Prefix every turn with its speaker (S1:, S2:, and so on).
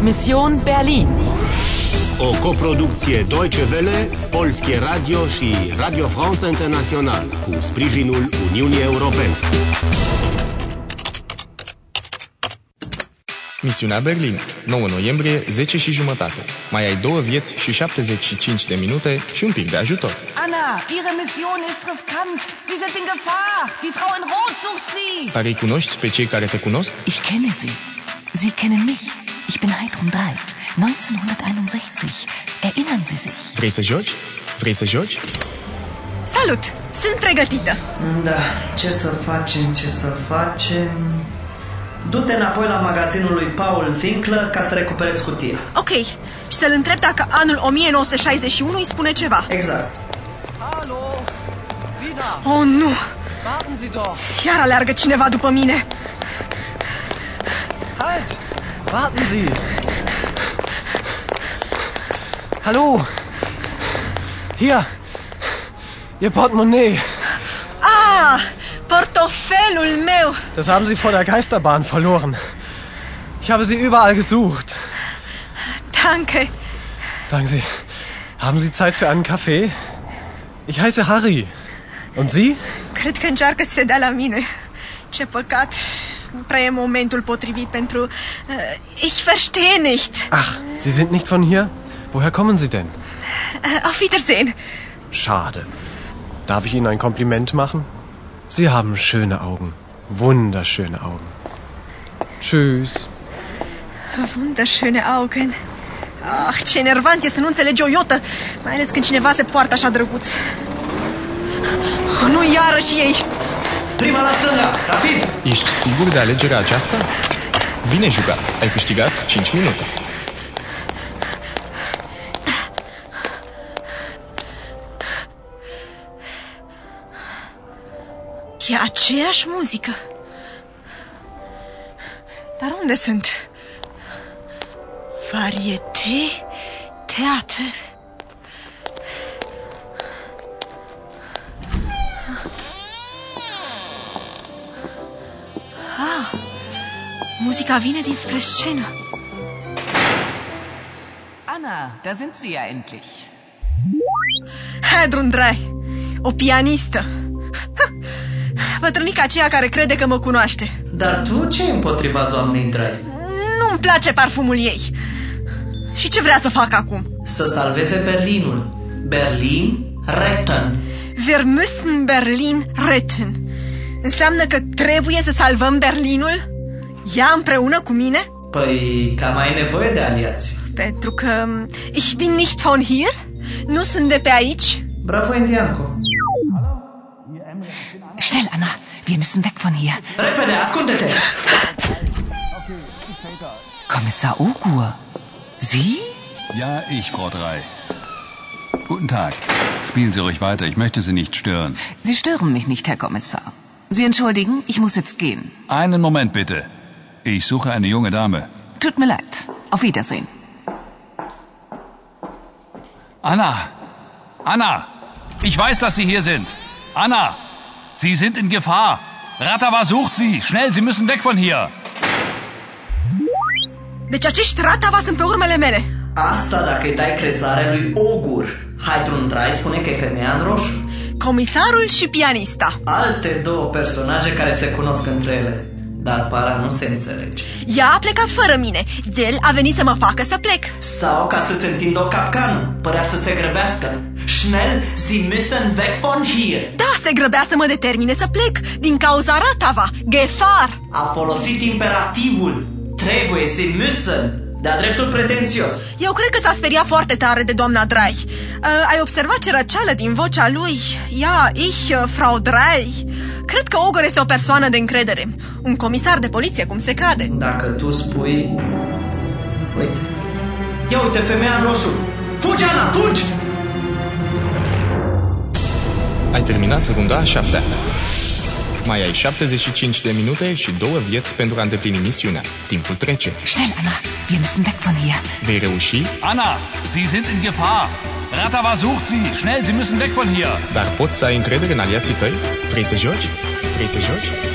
S1: Mission Berlin.
S2: O coproducție Deutsche Welle, Polskie Radio și Radio France International cu sprijinul Uniunii Europene.
S3: Misiunea Berlin, 9 noiembrie, 10 și jumătate. Mai ai două vieți și 75 de minute și un pic de ajutor.
S4: Anna, Ihre Mission ist riskant. Sie sind in Gefahr. Die Frau in Rot sucht Sie.
S3: Care îi cunoști pe cei care te cunosc?
S5: Ich kenne Sie. Sie kennen mich. Ich bin Heidrun 3, 1961. Erinnern Sie sich?
S3: Vrei să joci? Vrei să joci?
S6: Salut! Sunt pregătită!
S7: Da, ce să facem, ce să facem... Du-te înapoi la magazinul lui Paul Finkler ca să recuperezi cutia.
S6: Ok, și să-l întreb dacă anul 1961 îi spune ceva.
S7: Exact.
S8: Hallo, Sie da,
S6: Oh, nu!
S8: warten Sie doch.
S6: Iar aleargă cineva după mine!
S8: Halt, warten Sie. Hallo, hier, Ihr Portemonnaie.
S6: Ah, portofelul meu!
S8: Das haben Sie vor der Geisterbahn verloren. Ich habe Sie überall gesucht.
S6: Danke!
S8: Sagen Sie, haben Sie Zeit für einen Kaffee? Ich heiße Harry. Und Sie?
S6: Cred că încearcă să se dea la mine. Ce păcat! Nu prea e momentul potrivit pentru... Uh, ich verstehe nicht!
S8: Ach, Sie sind nicht von hier? Woher kommen Sie denn?
S6: Uh, auf Wiedersehen!
S8: Schade. Darf ich Ihnen ein Kompliment machen? Sie haben schöne Augen. Wunderschöne Augen. Tschüss.
S6: Wunderschöne Augen! Ah, ce enervant e să nu înțelegi o iotă, mai ales când cineva se poartă așa drăguț. Oh, nu iarăși ei!
S7: Prima la stânga, rapid!
S3: Ești sigur de alegerea aceasta? Bine jucat! Ai câștigat 5 minute.
S6: E aceeași muzică. Dar unde sunt? Varieté, teatru. Ah, muzica vine dinspre scenă.
S4: Anna, da sind Sie ja endlich.
S6: Hedrun Drei, o pianistă. Ha! Bătrânica aceea care crede că mă cunoaște.
S7: Dar tu ce împotriva doamnei Drai?
S6: Nu-mi place parfumul ei. Și ce vrea să fac acum?
S7: Să salveze Berlinul. Berlin, retten.
S6: Wir müssen Berlin retten. Înseamnă că trebuie să salvăm Berlinul? Ea împreună cu mine?
S7: Păi, cam ai nevoie de aliați.
S6: Pentru că um, ich bin nicht von hier, nu sunt de pe aici.
S7: Bravo, Indianco.
S5: Schnell, Anna. Wir müssen weg von hier.
S7: Repede, ascunde-te!
S5: Kommissar Ogur. Sie?
S9: Ja, ich, Frau Drei. Guten Tag. Spielen Sie ruhig weiter, ich möchte Sie nicht stören.
S5: Sie stören mich nicht, Herr Kommissar. Sie entschuldigen, ich muss jetzt gehen.
S9: Einen Moment bitte. Ich suche eine junge Dame.
S5: Tut mir leid. Auf Wiedersehen.
S9: Anna! Anna! Ich weiß, dass Sie hier sind. Anna! Sie sind in Gefahr. Ratawa sucht Sie. Schnell, Sie müssen weg von hier.
S6: Deci acești ratava sunt pe urmele mele.
S7: Asta dacă îi dai crezare lui Ogur. Haidrun Drai spune că e femeia în roșu.
S6: Comisarul și pianista.
S7: Alte două personaje care se cunosc între ele. Dar para nu se înțelege.
S6: Ea a plecat fără mine. El a venit să mă facă să plec.
S7: Sau ca să-ți întindă o capcană. Părea să se grăbească. Schnell, Sie müssen weg von hier!
S6: Da, se grăbea să mă determine să plec din cauza ratava, Gefar.
S7: A folosit imperativul. Trebuie, Sie müssen. De-a dreptul pretențios.
S6: Eu cred că s-a speriat foarte tare de doamna Drai. Uh, ai observat ce răceală din vocea lui? Ia, ich, uh, Frau Drai. Cred că Ogor este o persoană de încredere. Un comisar de poliție, cum se cade.
S7: Dacă tu spui... Uite. Ia uite, femeia în roșu. Fugi, Ana, fugi!
S3: Ai terminat runda a șaptea. Mai ai 75 de minute și două vieți pentru a îndeplini misiunea. Timpul trece.
S5: Schnell, Anna. Wir müssen weg von hier.
S3: Vei reuși,
S9: Anna! Sie sind in Gefahr. Ratawa sucht Sie. Schnell, Sie müssen weg von hier.
S3: dar poți să ai încredere în aliații tăi? Vrei să joci? Vrei să joci?